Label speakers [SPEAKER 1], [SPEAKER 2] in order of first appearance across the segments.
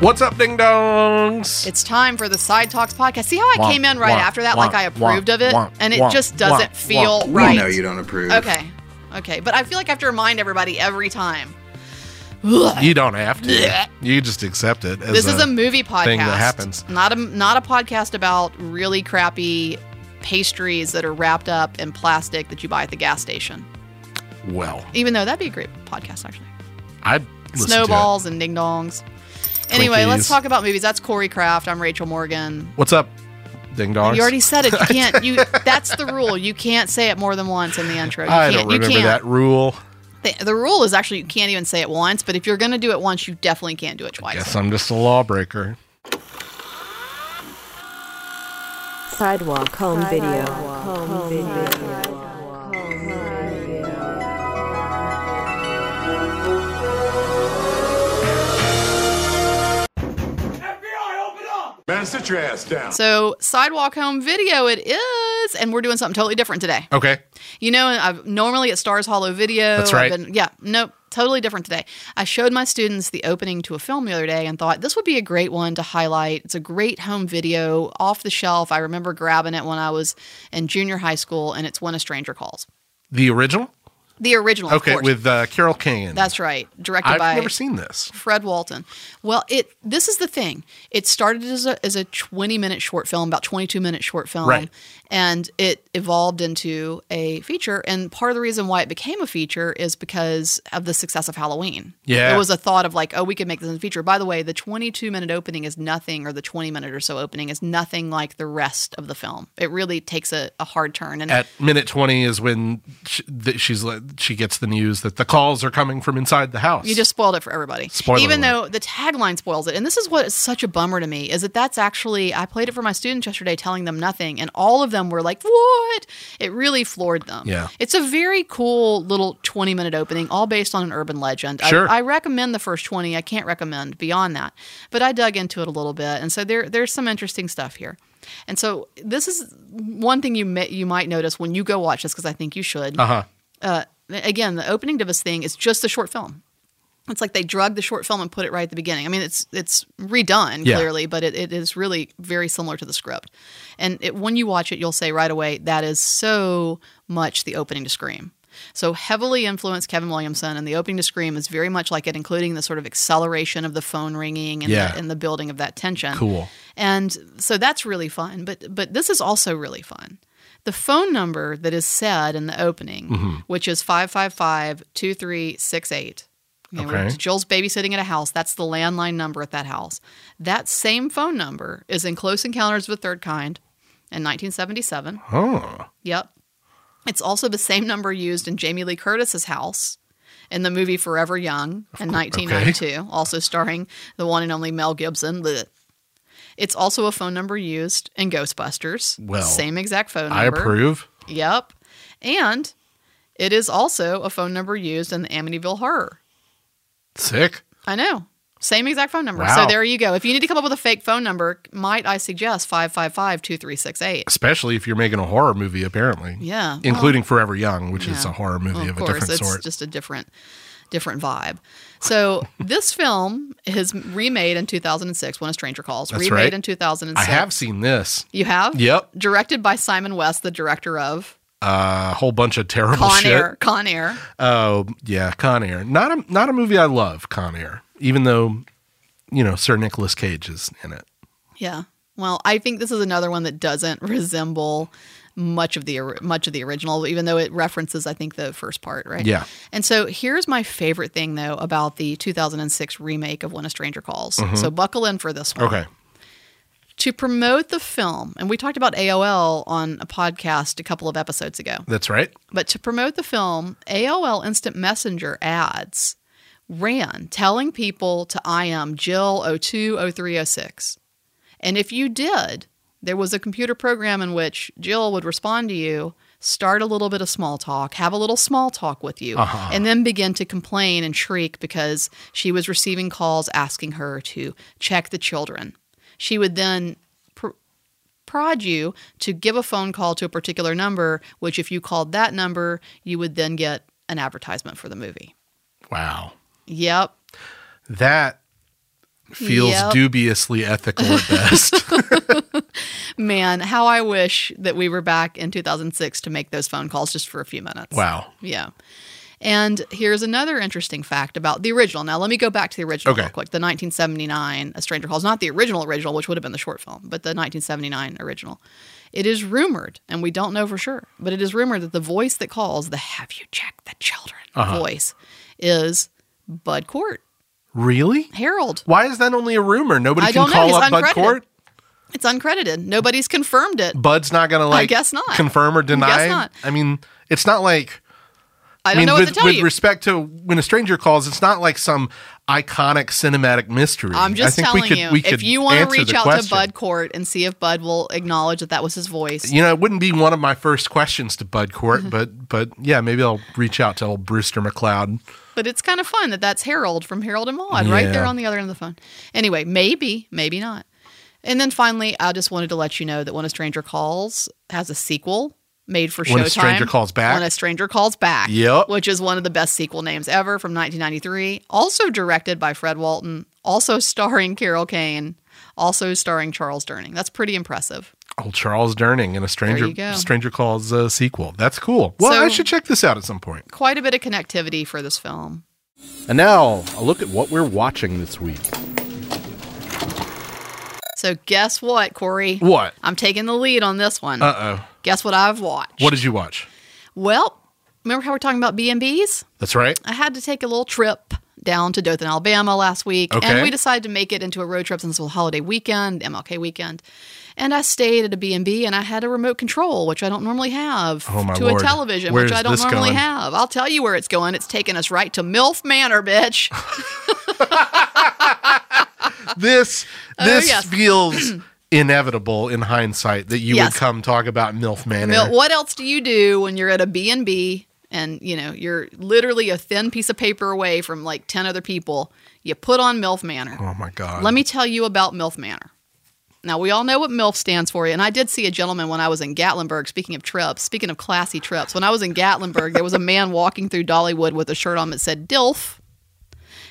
[SPEAKER 1] What's up, ding dongs?
[SPEAKER 2] It's time for the Side Talks podcast. See how I
[SPEAKER 1] Wah,
[SPEAKER 2] came in right
[SPEAKER 1] wah,
[SPEAKER 2] after that,
[SPEAKER 1] wah,
[SPEAKER 2] like I approved
[SPEAKER 1] wah,
[SPEAKER 2] of it,
[SPEAKER 1] wah,
[SPEAKER 2] and it
[SPEAKER 1] wah,
[SPEAKER 2] just doesn't
[SPEAKER 1] wah,
[SPEAKER 2] feel
[SPEAKER 1] wah.
[SPEAKER 2] right.
[SPEAKER 3] We know you don't approve.
[SPEAKER 2] Okay, okay, but I feel like I have to remind everybody every time. Ugh.
[SPEAKER 1] You don't have
[SPEAKER 2] Blech.
[SPEAKER 1] to. You just accept it. As
[SPEAKER 2] This is a movie podcast.
[SPEAKER 1] thing that happens.
[SPEAKER 2] Not a not a podcast about really crappy pastries that are wrapped up in plastic that you buy at the gas station.
[SPEAKER 1] well.
[SPEAKER 2] Even though that'd be a great podcast, actually.
[SPEAKER 1] I listen to it.
[SPEAKER 2] Snowballs and ding dongs. Anyway, let's
[SPEAKER 1] Twinkies.
[SPEAKER 2] talk about movies. That's Corey Kraft. I'm Rachel Morgan.
[SPEAKER 1] What's up, ding dongs?
[SPEAKER 2] You already said it. You can't. You that's the rule. You can't say it more than once in the intro. You
[SPEAKER 1] I
[SPEAKER 2] can't.
[SPEAKER 1] don't remember
[SPEAKER 2] you
[SPEAKER 1] that
[SPEAKER 2] can't.
[SPEAKER 1] rule.
[SPEAKER 2] The, the rule is actually you can't even say it once. But if you're going to do it once, you definitely can't do it twice.
[SPEAKER 1] Guess I'm just a lawbreaker.
[SPEAKER 4] Sidewalk home video.
[SPEAKER 5] Man, sit your ass down.
[SPEAKER 2] So sidewalk home video it is, and we're doing something totally different today.
[SPEAKER 1] Okay.
[SPEAKER 2] You know, I've, normally at Stars Hollow Video.
[SPEAKER 1] That's right.
[SPEAKER 2] I've been, yeah, nope, totally different today. I showed my students the opening to a film the other day and thought this would be a great one to highlight. It's a great home video off the shelf. I remember grabbing it when I was in junior high school, and it's When a Stranger Calls.
[SPEAKER 1] The original?
[SPEAKER 2] The original, of
[SPEAKER 1] Okay,
[SPEAKER 2] course.
[SPEAKER 1] with uh, Carol Kane.
[SPEAKER 2] That's right. Directed
[SPEAKER 1] I've
[SPEAKER 2] by
[SPEAKER 1] never seen this.
[SPEAKER 2] Fred Walton. Well, it this is the thing. It started as a as a 20 minute short film, about 22 minute short film,
[SPEAKER 1] Right.
[SPEAKER 2] and it evolved into a feature. And part of the reason why it became a feature is because of the success of Halloween.
[SPEAKER 1] Yeah.
[SPEAKER 2] it was a thought of like, oh, we could make this a feature. By the way, the 22 minute opening is nothing, or the 20 minute or so opening is nothing like the rest of the film. It really takes a, a hard turn. And
[SPEAKER 1] At minute 20 is when she, th- she's like- she gets the news that the calls are coming from inside the house.
[SPEAKER 2] You just spoiled it for everybody.
[SPEAKER 1] Spoiler
[SPEAKER 2] Even
[SPEAKER 1] alert.
[SPEAKER 2] though the tagline spoils it. And this is what is such a bummer to me is that that's actually I played it for my students yesterday telling them nothing and all of them were like, "What?" It really floored them.
[SPEAKER 1] Yeah.
[SPEAKER 2] It's a very cool little 20-minute opening all based on an urban legend. I-
[SPEAKER 1] Sure.
[SPEAKER 2] I, recommend the first 20. I can't recommend beyond that. But I dug into it a little bit and so there there's some interesting stuff here. And so this is one thing you may, you might notice when you go watch this because I think you should
[SPEAKER 1] Uh huh.
[SPEAKER 2] uh, again, the opening to this thing is just the short film. It's like they drug the short film and put it right at the beginning. I mean, it's it's redone
[SPEAKER 1] Yeah.
[SPEAKER 2] clearly, but it, it is really very similar to the script. And it, when you watch it, you'll say right away that is so much the opening to Scream. So heavily influenced Kevin Williamson, and the opening to Scream is very much like it, including the sort of acceleration of the phone ringing and,
[SPEAKER 1] Yeah.
[SPEAKER 2] the, and the building of that tension.
[SPEAKER 1] Cool.
[SPEAKER 2] And so that's really fun. But but this is also really fun. The phone number that is said in the opening, which is 555-2368. Okay. we're-
[SPEAKER 1] Okay.
[SPEAKER 2] Jill's babysitting at a house. That's the landline number at that house. That same phone number is in Close Encounters of the Third Kind in 1977.
[SPEAKER 1] Oh.
[SPEAKER 2] Yep. It's also the same number used in Jamie Lee Curtis's house in the movie Forever Young in 1992, also starring the one and only Mel Gibson. Blech. It's also a phone number used in Ghostbusters.
[SPEAKER 1] Well,
[SPEAKER 2] same exact phone number.
[SPEAKER 1] I approve.
[SPEAKER 2] Yep. And it is also a phone number used in the Amityville Horror.
[SPEAKER 1] Sick.
[SPEAKER 2] I know. Same exact phone number.
[SPEAKER 1] Wow.
[SPEAKER 2] So there you go. If you need to come up with a fake phone number, might I suggest 555 2368?
[SPEAKER 1] Especially if you're making a horror movie, apparently.
[SPEAKER 2] Yeah.
[SPEAKER 1] Including Forever Young, which is
[SPEAKER 2] Yeah.
[SPEAKER 1] a horror movie
[SPEAKER 2] Well,
[SPEAKER 1] of, a different
[SPEAKER 2] it's
[SPEAKER 1] sort.
[SPEAKER 2] just a different different vibe. So this film is remade in 2006 when a stranger calls.
[SPEAKER 1] That's
[SPEAKER 2] remade
[SPEAKER 1] right.
[SPEAKER 2] in 2006.
[SPEAKER 1] I have seen this.
[SPEAKER 2] You have?
[SPEAKER 1] Yep.
[SPEAKER 2] Directed by Simon West, the director of
[SPEAKER 1] A whole bunch of terrible
[SPEAKER 2] Con
[SPEAKER 1] Oh, shit.
[SPEAKER 2] Air. Con Air.
[SPEAKER 1] Oh yeah, Con Air. Not a not a movie I love. Con Air, even though you know Sir Nicholas Cage is in it.
[SPEAKER 2] Yeah. Well, I think this is another one that doesn't resemble much of the or- much of the original, even though it references, I think, the first part, right?
[SPEAKER 1] Yeah.
[SPEAKER 2] And so here's my favorite thing though about the 2006 remake of When a Stranger Calls. So buckle in for this one.
[SPEAKER 1] Mm-hmm. Okay,
[SPEAKER 2] to promote the film, and we talked about AOL on a podcast a couple of episodes ago,
[SPEAKER 1] that's right.
[SPEAKER 2] but to promote the film, AOL Instant Messenger ads ran telling people to IM Jill 02 03 06. And if you did, there was a computer program in which Jill would respond to you, start a little bit of small talk, have a little small talk with you, and then begin to complain and shriek because she was receiving calls asking her to check the children. She would then pr- prod you to give a phone call to a particular number, which, if you called that number, you would then get an advertisement for the movie.
[SPEAKER 1] Wow,
[SPEAKER 2] Yep.
[SPEAKER 1] that feels
[SPEAKER 2] Yep.
[SPEAKER 1] dubiously ethical at best.
[SPEAKER 2] Man, how I wish that we were back in 2006 to make those phone calls just for a few minutes.
[SPEAKER 1] wow.
[SPEAKER 2] Yeah. And here's another interesting fact about the original. Now, let me go back to the original
[SPEAKER 1] Okay.
[SPEAKER 2] real quick. The 1979 A Stranger Calls, not the original original, which would have been the short film, but the 1979 original. It is rumored, and we don't know for sure, but it is rumored that the voice that calls the "Have you checked the children?"
[SPEAKER 1] Uh-huh.
[SPEAKER 2] voice is Bud Court
[SPEAKER 1] Really?
[SPEAKER 2] Harold.
[SPEAKER 1] Why is that only a rumor? Nobody
[SPEAKER 2] I
[SPEAKER 1] can
[SPEAKER 2] don't know.
[SPEAKER 1] call
[SPEAKER 2] He's
[SPEAKER 1] up Bud
[SPEAKER 2] uncredited.
[SPEAKER 1] Court.
[SPEAKER 2] It's uncredited. Nobody's confirmed it.
[SPEAKER 1] Bud's not going to like
[SPEAKER 2] guess not.
[SPEAKER 1] confirm or deny.
[SPEAKER 2] not.
[SPEAKER 1] I mean, it's not like
[SPEAKER 2] I don't
[SPEAKER 1] I mean,
[SPEAKER 2] know what
[SPEAKER 1] with,
[SPEAKER 2] to tell
[SPEAKER 1] with
[SPEAKER 2] you.
[SPEAKER 1] respect to when a stranger calls, it's not like some iconic cinematic mystery.
[SPEAKER 2] I'm
[SPEAKER 1] I
[SPEAKER 2] just
[SPEAKER 1] think
[SPEAKER 2] telling
[SPEAKER 1] we could,
[SPEAKER 2] you,
[SPEAKER 1] we could
[SPEAKER 2] if you want to
[SPEAKER 1] answer
[SPEAKER 2] reach
[SPEAKER 1] the
[SPEAKER 2] out to
[SPEAKER 1] question.
[SPEAKER 2] Bud Court and see if Bud will acknowledge that that was his voice,
[SPEAKER 1] you know, it wouldn't be one of my first questions to Bud Court, but but yeah, maybe I'll reach out to old Brewster McLeod.
[SPEAKER 2] but it's kind of fun that that's Harold from Harold and Maude right there
[SPEAKER 1] Yeah.
[SPEAKER 2] on the other end of the phone. Anyway, maybe, maybe not. And then finally, I just wanted to let you know that When a Stranger Calls has a sequel made for Showtime.
[SPEAKER 1] When a Stranger Calls Back?
[SPEAKER 2] When a Stranger Calls Back.
[SPEAKER 1] Yep.
[SPEAKER 2] Which is one of the best sequel names ever from 1993. Also directed by Fred Walton. Also starring Carol Kane. Also starring Charles Durning. That's pretty impressive.
[SPEAKER 1] Old Charles Durning in a stranger
[SPEAKER 2] you go.
[SPEAKER 1] Stranger Calls uh, sequel. That's cool. Well,
[SPEAKER 2] So-
[SPEAKER 1] I should check this out at some point.
[SPEAKER 2] Quite a bit of connectivity for this film.
[SPEAKER 3] And now, a look at what we're watching this week.
[SPEAKER 2] So guess what, Corey?
[SPEAKER 1] What?
[SPEAKER 2] I'm taking the lead on this one.
[SPEAKER 1] Uh oh.
[SPEAKER 2] Guess what I've watched?
[SPEAKER 1] What did you watch?
[SPEAKER 2] Well, remember how we're talking about B&Bs?
[SPEAKER 1] That's right.
[SPEAKER 2] I had to take a little trip down to Dothan, Alabama last week, and
[SPEAKER 1] Okay.
[SPEAKER 2] we decided to make it into a road trip since it was a holiday weekend, MLK weekend. And I stayed at a B&B and I had a remote control, which I don't normally have,
[SPEAKER 1] Oh, my
[SPEAKER 2] to
[SPEAKER 1] Lord.
[SPEAKER 2] a television,
[SPEAKER 1] Where
[SPEAKER 2] which
[SPEAKER 1] is
[SPEAKER 2] I don't
[SPEAKER 1] this
[SPEAKER 2] normally
[SPEAKER 1] going?
[SPEAKER 2] have. I'll tell you where it's going. It's taking us right to MILF Manor, bitch.
[SPEAKER 1] This this
[SPEAKER 2] Oh, yes.
[SPEAKER 1] feels inevitable in hindsight that you
[SPEAKER 2] Yes.
[SPEAKER 1] would come talk about MILF Manor.
[SPEAKER 2] Mil- what else do you do when you're at a B&B and, you know, you're literally a thin piece of paper away from like 10 other people? You put on MILF Manor.
[SPEAKER 1] Oh my god.
[SPEAKER 2] Let me tell you about MILF Manor. Now, we all know what MILF stands for, and I did see a gentleman when I was in Gatlinburg. Speaking of trips, speaking of classy trips, when I was in Gatlinburg, there was a man walking through Dollywood with a shirt on that said DILF.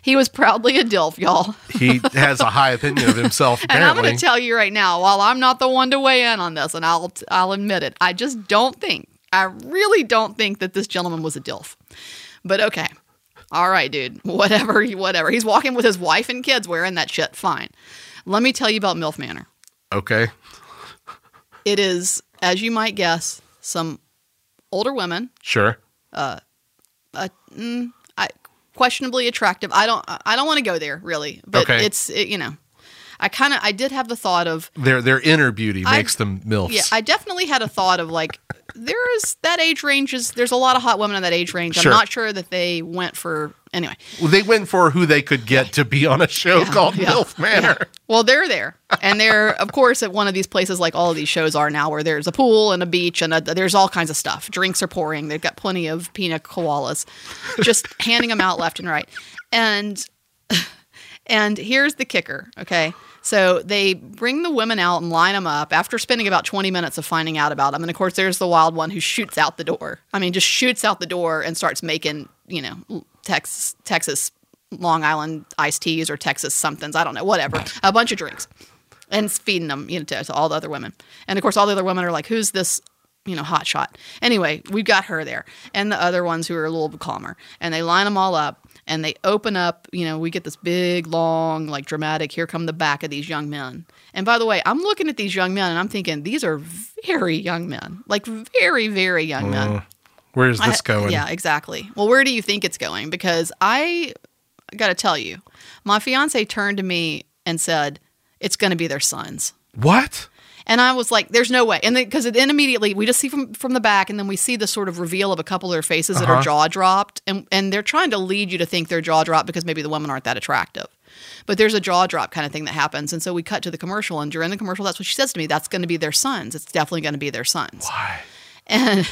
[SPEAKER 2] He was proudly a DILF, y'all.
[SPEAKER 1] he has a high opinion of himself
[SPEAKER 2] And I'm
[SPEAKER 1] apparently.
[SPEAKER 2] going to tell you right now, while I'm not the one to weigh in on this, and I'll I'll admit it, I just don't think, I really don't think that this gentleman was a dilf. But okay, all right, dude, whatever, he- whatever. He's walking with his wife and kids wearing that shit. Fine. Let me tell you about MILF Manor.
[SPEAKER 1] okay.
[SPEAKER 2] It is, as you might guess, some older women,
[SPEAKER 1] Sure.
[SPEAKER 2] I, questionably attractive. I don't I don't want to go there really, but
[SPEAKER 1] Okay.
[SPEAKER 2] it's it, you know, I kind of I did have the thought of
[SPEAKER 1] Their their inner beauty
[SPEAKER 2] I-
[SPEAKER 1] makes them MILFs.
[SPEAKER 2] Yeah, I definitely had a thought of like there is that age range is there's a lot of hot women in that age range.
[SPEAKER 1] Sure.
[SPEAKER 2] I'm not sure that they went for anyway.
[SPEAKER 1] Well, they went for who they could get to be on a show called
[SPEAKER 2] yeah,
[SPEAKER 1] MILF Manor.
[SPEAKER 2] Well, they're there, and they're of course at one of these places like all of these shows are now, where there's a pool and a beach and a, there's all kinds of stuff. Drinks are pouring. They've got plenty of pina koalas, just handing them out left and right. And and here's the kicker. Okay. So they bring the women out and line them up after spending about 20 minutes of finding out about them. And of course, there's the wild one who shoots out the door. I mean, just shoots out the door and starts making, you know, Texas, Texas Long Island iced teas or Texas somethings. I don't know, whatever. A bunch of drinks and it's feeding them, you know, to, to all the other women. And of course, all the other women are like, "Who's this?" You know, hot shot. Anyway, we've got her there, and the other ones who are a little bit calmer, and they line them all up, and they open up. You know, we get this big, long, like dramatic. Here come the back of these young men. And by the way, I'm looking at these young men, and I'm thinking these are very young men, like very, very young men.
[SPEAKER 1] Where is this
[SPEAKER 2] I-
[SPEAKER 1] going?
[SPEAKER 2] Yeah, exactly. Well, where do you think it's going? Because I got to tell you, my fiance turned to me and said, "It's going to be their sons."
[SPEAKER 1] What?
[SPEAKER 2] And I was like, "There's no way." And then because then immediately we just see from from the back, and then we see the sort of reveal of a couple of their faces that are
[SPEAKER 1] Uh-huh.
[SPEAKER 2] jaw dropped, and and they're trying to lead you to think they're jaw dropped because maybe the women aren't that attractive. But there's a jaw drop kind of thing that happens, and so we cut to the commercial, and during the commercial, that's what she says to me. That's going to be their sons. It's definitely going to be their sons.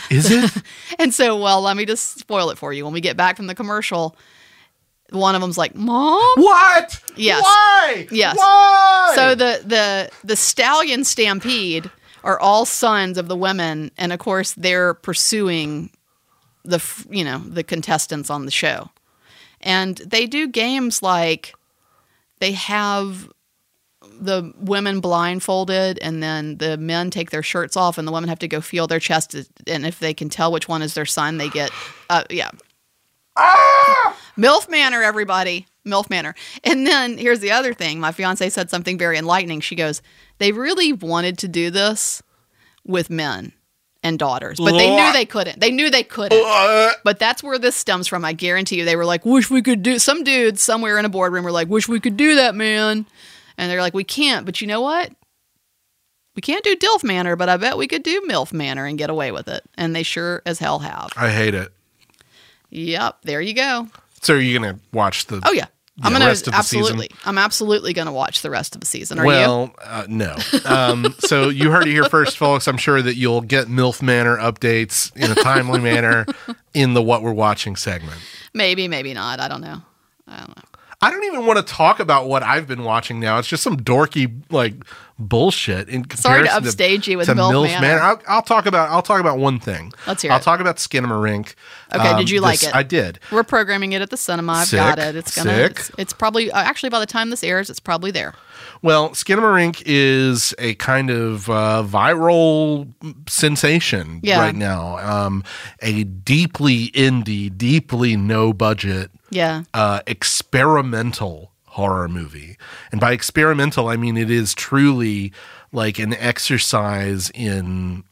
[SPEAKER 1] Is it?
[SPEAKER 2] And so, well, let me just spoil it for you. When we get back from the commercial, one of them's like, "Mom."
[SPEAKER 1] what?
[SPEAKER 2] Yes.
[SPEAKER 1] Why?
[SPEAKER 2] Yes.
[SPEAKER 1] Why?
[SPEAKER 2] So the the the stallion stampede are all sons of the women, and of course they're pursuing the f- you know the contestants on the show, and they do games like they have the women blindfolded and then the men take their shirts off and the women have to go feel their chest and if they can tell which one is their son they get uh yeah milf manor everybody milf manor and then here's the other thing my fiance said something very enlightening she goes they really wanted to do this with men and daughters but they knew they couldn't they knew they couldn't but that's where this stems from. I guarantee you. They were like, wish we could do some dudes somewhere in a boardroom were like, wish we could do that, man. And they're like, we can't, but you know what? We can't do DILF Manor, but I bet we could do MILF Manor and get away with it. And they sure as hell have.
[SPEAKER 1] I hate it.
[SPEAKER 2] Yep, there you go.
[SPEAKER 1] So are you going to watch the?
[SPEAKER 2] Oh yeah. I'm
[SPEAKER 1] Yeah,
[SPEAKER 2] gonna
[SPEAKER 1] rest of the
[SPEAKER 2] absolutely I'm absolutely gonna watch the rest of the season. Are you?
[SPEAKER 1] well, uh, no. Um, so you heard it here first, folks. I'm sure that you'll get MILF Manor updates in a timely manner in the What We're Watching segment.
[SPEAKER 2] Maybe, maybe not. I don't know. I don't know.
[SPEAKER 1] I don't even want to talk about what I've been watching now. It's just some dorky like bullshit. In
[SPEAKER 2] Sorry to
[SPEAKER 1] comparison
[SPEAKER 2] upstage you with
[SPEAKER 1] to
[SPEAKER 2] MILF
[SPEAKER 1] MILF
[SPEAKER 2] Manor.
[SPEAKER 1] Manor. I'll, I'll talk about I'll talk about one thing.
[SPEAKER 2] Let's hear
[SPEAKER 1] I'll
[SPEAKER 2] it.
[SPEAKER 1] talk about Skinamarink.
[SPEAKER 2] Okay, did you like it?
[SPEAKER 1] I did.
[SPEAKER 2] We're programming it at the cinema. I've got
[SPEAKER 1] Sick,
[SPEAKER 2] it. It's gonna
[SPEAKER 1] sick.
[SPEAKER 2] It's, it's probably uh, actually by the time this airs, it's probably there.
[SPEAKER 1] Well, Skinamarink is a kind of uh, viral sensation
[SPEAKER 2] Yeah.
[SPEAKER 1] right now. Um, a deeply indie, deeply no budget
[SPEAKER 2] Yeah.
[SPEAKER 1] uh, experimental horror movie. And by experimental, I mean it is truly like an exercise in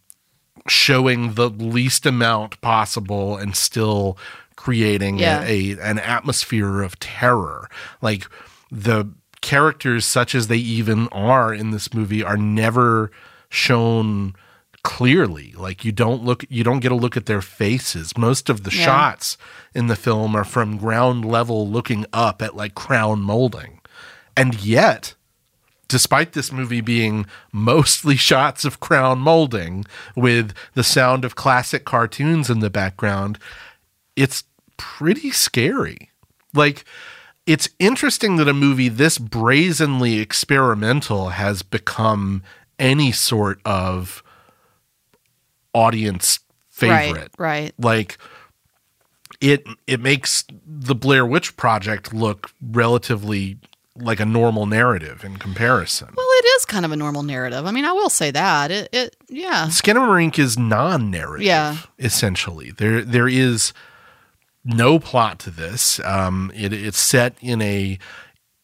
[SPEAKER 1] showing the least amount possible and still creating a-
[SPEAKER 2] Yeah.
[SPEAKER 1] a, an atmosphere of terror. Like the characters, such as they even are in this movie, are never shown clearly like you don't look you don't get a look at their faces most of the
[SPEAKER 2] Yeah.
[SPEAKER 1] shots in the film are from ground level looking up at like crown molding and yet despite this movie being mostly shots of crown molding with the sound of classic cartoons in the background, it's pretty scary. Like, it's interesting that a movie this brazenly experimental has become any sort of audience favorite.
[SPEAKER 2] Right. Right.
[SPEAKER 1] Like, it it makes the Blair Witch Project look relatively like a normal narrative in comparison.
[SPEAKER 2] Well, it is kind of a normal narrative. I mean, I will say that. It, it yeah.
[SPEAKER 1] Skinamarink is non-narrative,
[SPEAKER 2] Yeah.
[SPEAKER 1] essentially. There, there is no plot to this. Um, it, it's set in a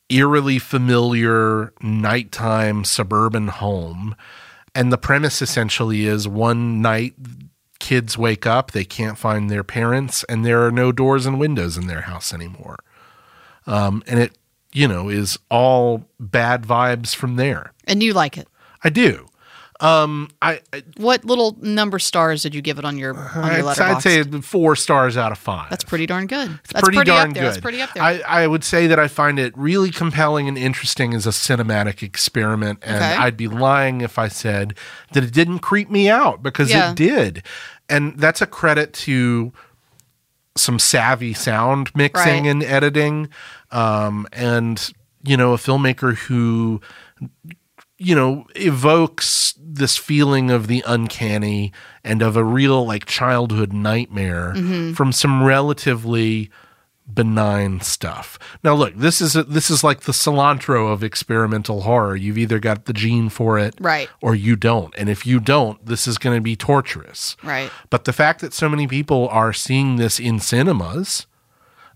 [SPEAKER 1] eerily familiar nighttime suburban home, and the premise essentially is one night kids wake up, they can't find their parents, and there are no doors and windows in their house anymore. Um, and it, you know, is all bad vibes from there.
[SPEAKER 2] And you like it.
[SPEAKER 1] I do. Um, I, I
[SPEAKER 2] What little number stars did you give it on your on your
[SPEAKER 1] Uh, I'd,
[SPEAKER 2] letterbox?
[SPEAKER 1] I'd say four stars out of five.
[SPEAKER 2] that's pretty darn good.
[SPEAKER 1] It's
[SPEAKER 2] that's
[SPEAKER 1] pretty, darn
[SPEAKER 2] up there.
[SPEAKER 1] good.
[SPEAKER 2] That's pretty up there.
[SPEAKER 1] I, I would say that I find it really compelling and interesting as a cinematic experiment, and
[SPEAKER 2] Okay.
[SPEAKER 1] I'd be lying if I said that it didn't creep me out because
[SPEAKER 2] Yeah.
[SPEAKER 1] it did, and that's a credit to some savvy sound mixing
[SPEAKER 2] Right.
[SPEAKER 1] and editing, um, and you know a filmmaker who you know, evokes this feeling of the uncanny and of a real like childhood nightmare
[SPEAKER 2] Mm-hmm.
[SPEAKER 1] from some relatively benign stuff. Now look, this is a, this is like the cilantro of experimental horror. You've either got the gene for it
[SPEAKER 2] Right.
[SPEAKER 1] or you don't. And if you don't, this is going to be torturous.
[SPEAKER 2] right.
[SPEAKER 1] But the fact that so many people are seeing this in cinemas,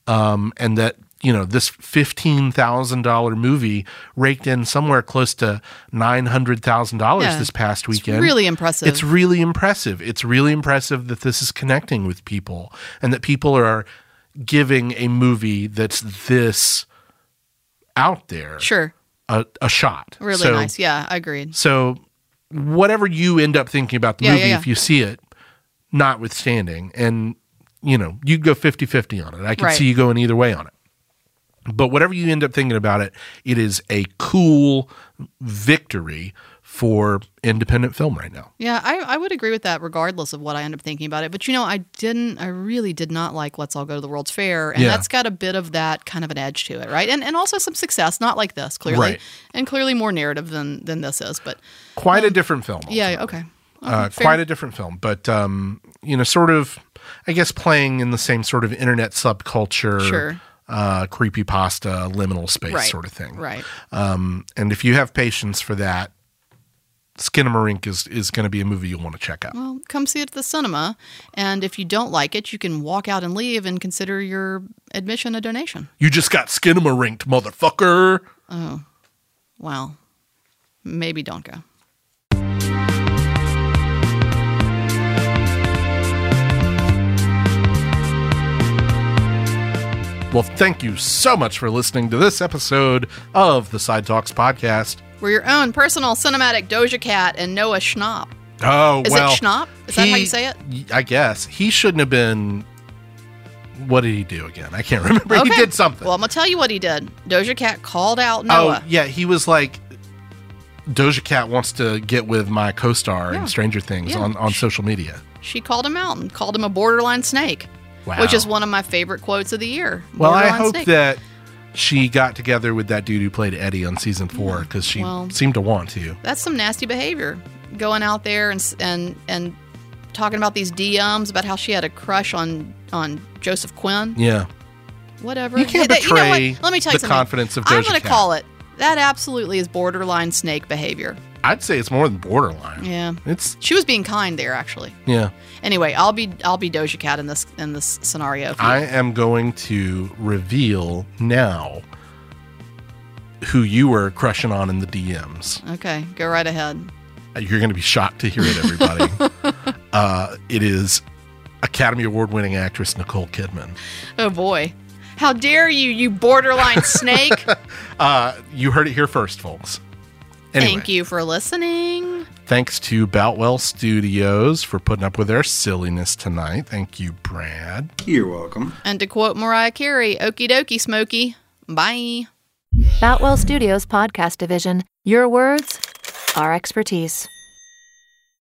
[SPEAKER 1] um, and that you know this fifteen thousand dollar movie raked in somewhere close to nine hundred thousand
[SPEAKER 2] Yeah.
[SPEAKER 1] dollars this past
[SPEAKER 2] It's
[SPEAKER 1] weekend.
[SPEAKER 2] really impressive.
[SPEAKER 1] It's really impressive. It's really impressive that this is connecting with people and that people are giving a movie that's this out there
[SPEAKER 2] sure.
[SPEAKER 1] a, a shot.
[SPEAKER 2] Really
[SPEAKER 1] So-
[SPEAKER 2] nice. Yeah, I agreed.
[SPEAKER 1] so, whatever you end up thinking about the
[SPEAKER 2] Yeah,
[SPEAKER 1] movie,
[SPEAKER 2] yeah, yeah.
[SPEAKER 1] if you see it, notwithstanding, and you know, you go 50 50 on it. I can
[SPEAKER 2] Right.
[SPEAKER 1] see you going either way on it. But whatever you end up thinking about it, it is a cool victory for independent film right now.
[SPEAKER 2] Yeah, I, I would agree with that regardless of what I end up thinking about it. But you know, I didn't I really did not like Let's All Go to the World's Fair. And
[SPEAKER 1] Yeah.
[SPEAKER 2] that's got a bit of that kind of an edge to it, right? And and also some success, not like this, clearly.
[SPEAKER 1] Right.
[SPEAKER 2] And clearly more narrative than than this is. But
[SPEAKER 1] Quite a different film.
[SPEAKER 2] Mm. yeah,
[SPEAKER 1] ultimately.
[SPEAKER 2] okay.
[SPEAKER 1] Uh,
[SPEAKER 2] fair.
[SPEAKER 1] quite a different film, but um, you know, sort of, I guess, playing in the same sort of internet subculture
[SPEAKER 2] Sure.
[SPEAKER 1] uh, creepypasta liminal space
[SPEAKER 2] right.
[SPEAKER 1] sort of thing.
[SPEAKER 2] Right.
[SPEAKER 1] Um, and if you have patience for that, Skinamarink is, is going to be a movie you'll want to check out.
[SPEAKER 2] Well, come see it at the cinema. And if you don't like it, you can walk out and leave and consider your admission a donation.
[SPEAKER 1] You just got Skinamarinked, motherfucker.
[SPEAKER 2] Well, maybe don't go.
[SPEAKER 1] Well, thank you so much for listening to this episode of the Side Talks podcast.
[SPEAKER 2] We're your own personal cinematic Doja Cat and Noah Schnapp.
[SPEAKER 1] Oh,
[SPEAKER 2] Is
[SPEAKER 1] well.
[SPEAKER 2] it Schnapp? Is that how
[SPEAKER 1] he-
[SPEAKER 2] you say it?
[SPEAKER 1] y- I guess. He shouldn't have been. What did he do again? I can't remember. He did something.
[SPEAKER 2] Well, I'm going to tell you what he did. Doja Cat called out Noah.
[SPEAKER 1] Oh, yeah. He was like, Doja Cat wants to get with my co star in Stranger Things
[SPEAKER 2] Yeah.
[SPEAKER 1] on, on social media.
[SPEAKER 2] She called him out and called him a borderline snake,
[SPEAKER 1] Oh. Wow.
[SPEAKER 2] which is one of my favorite quotes of the year.
[SPEAKER 1] Well, I
[SPEAKER 2] Borderline
[SPEAKER 1] hope
[SPEAKER 2] snake.
[SPEAKER 1] that she got together with that dude who played Eddie on season four because she
[SPEAKER 2] Well-
[SPEAKER 1] seemed to want to.
[SPEAKER 2] that's some nasty behavior going out there and s- and and talking about these DMs about how she had a crush on on Joseph Quinn.
[SPEAKER 1] Yeah.
[SPEAKER 2] Whatever.
[SPEAKER 1] You can't
[SPEAKER 2] That- what?
[SPEAKER 1] betray
[SPEAKER 2] Let me tell you
[SPEAKER 1] the
[SPEAKER 2] something.
[SPEAKER 1] confidence of
[SPEAKER 2] I'm
[SPEAKER 1] Doja
[SPEAKER 2] gonna
[SPEAKER 1] Cat.
[SPEAKER 2] call it. That absolutely is borderline snake behavior.
[SPEAKER 1] I'd say it's more than borderline.
[SPEAKER 2] Yeah.
[SPEAKER 1] It's,
[SPEAKER 2] She was being kind there, actually.
[SPEAKER 1] yeah.
[SPEAKER 2] Anyway, I'll be I'll be Doja Cat in this in this scenario. if you-
[SPEAKER 1] I am going to reveal now who you were crushing on in the DMs.
[SPEAKER 2] okay, go right ahead.
[SPEAKER 1] You're going to be shocked to hear it, everybody. uh, it is Academy Award winning actress Nicole Kidman.
[SPEAKER 2] Oh boy, how dare you, you borderline snake!
[SPEAKER 1] Uh, you heard it here first, folks. Anyway,
[SPEAKER 2] Thank you for listening.
[SPEAKER 1] Thanks to Boutwell Studios for putting up with their silliness tonight. Thank you, Brad.
[SPEAKER 6] You're welcome.
[SPEAKER 2] And to quote Mariah Carey, "Okie dokie, Smokey, bye."
[SPEAKER 7] Batwell Studios Podcast Division. Your words, our expertise.